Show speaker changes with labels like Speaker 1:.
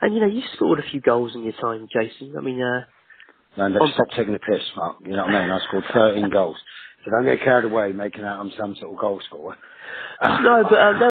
Speaker 1: And you know, you've scored a few goals in your time, Jason. I mean, uh,
Speaker 2: Man, let's stop taking the piss, Mark. You know what I mean? I scored 13 goals. So don't get carried away making out I'm some sort of goal scorer.
Speaker 1: no, but uh, no,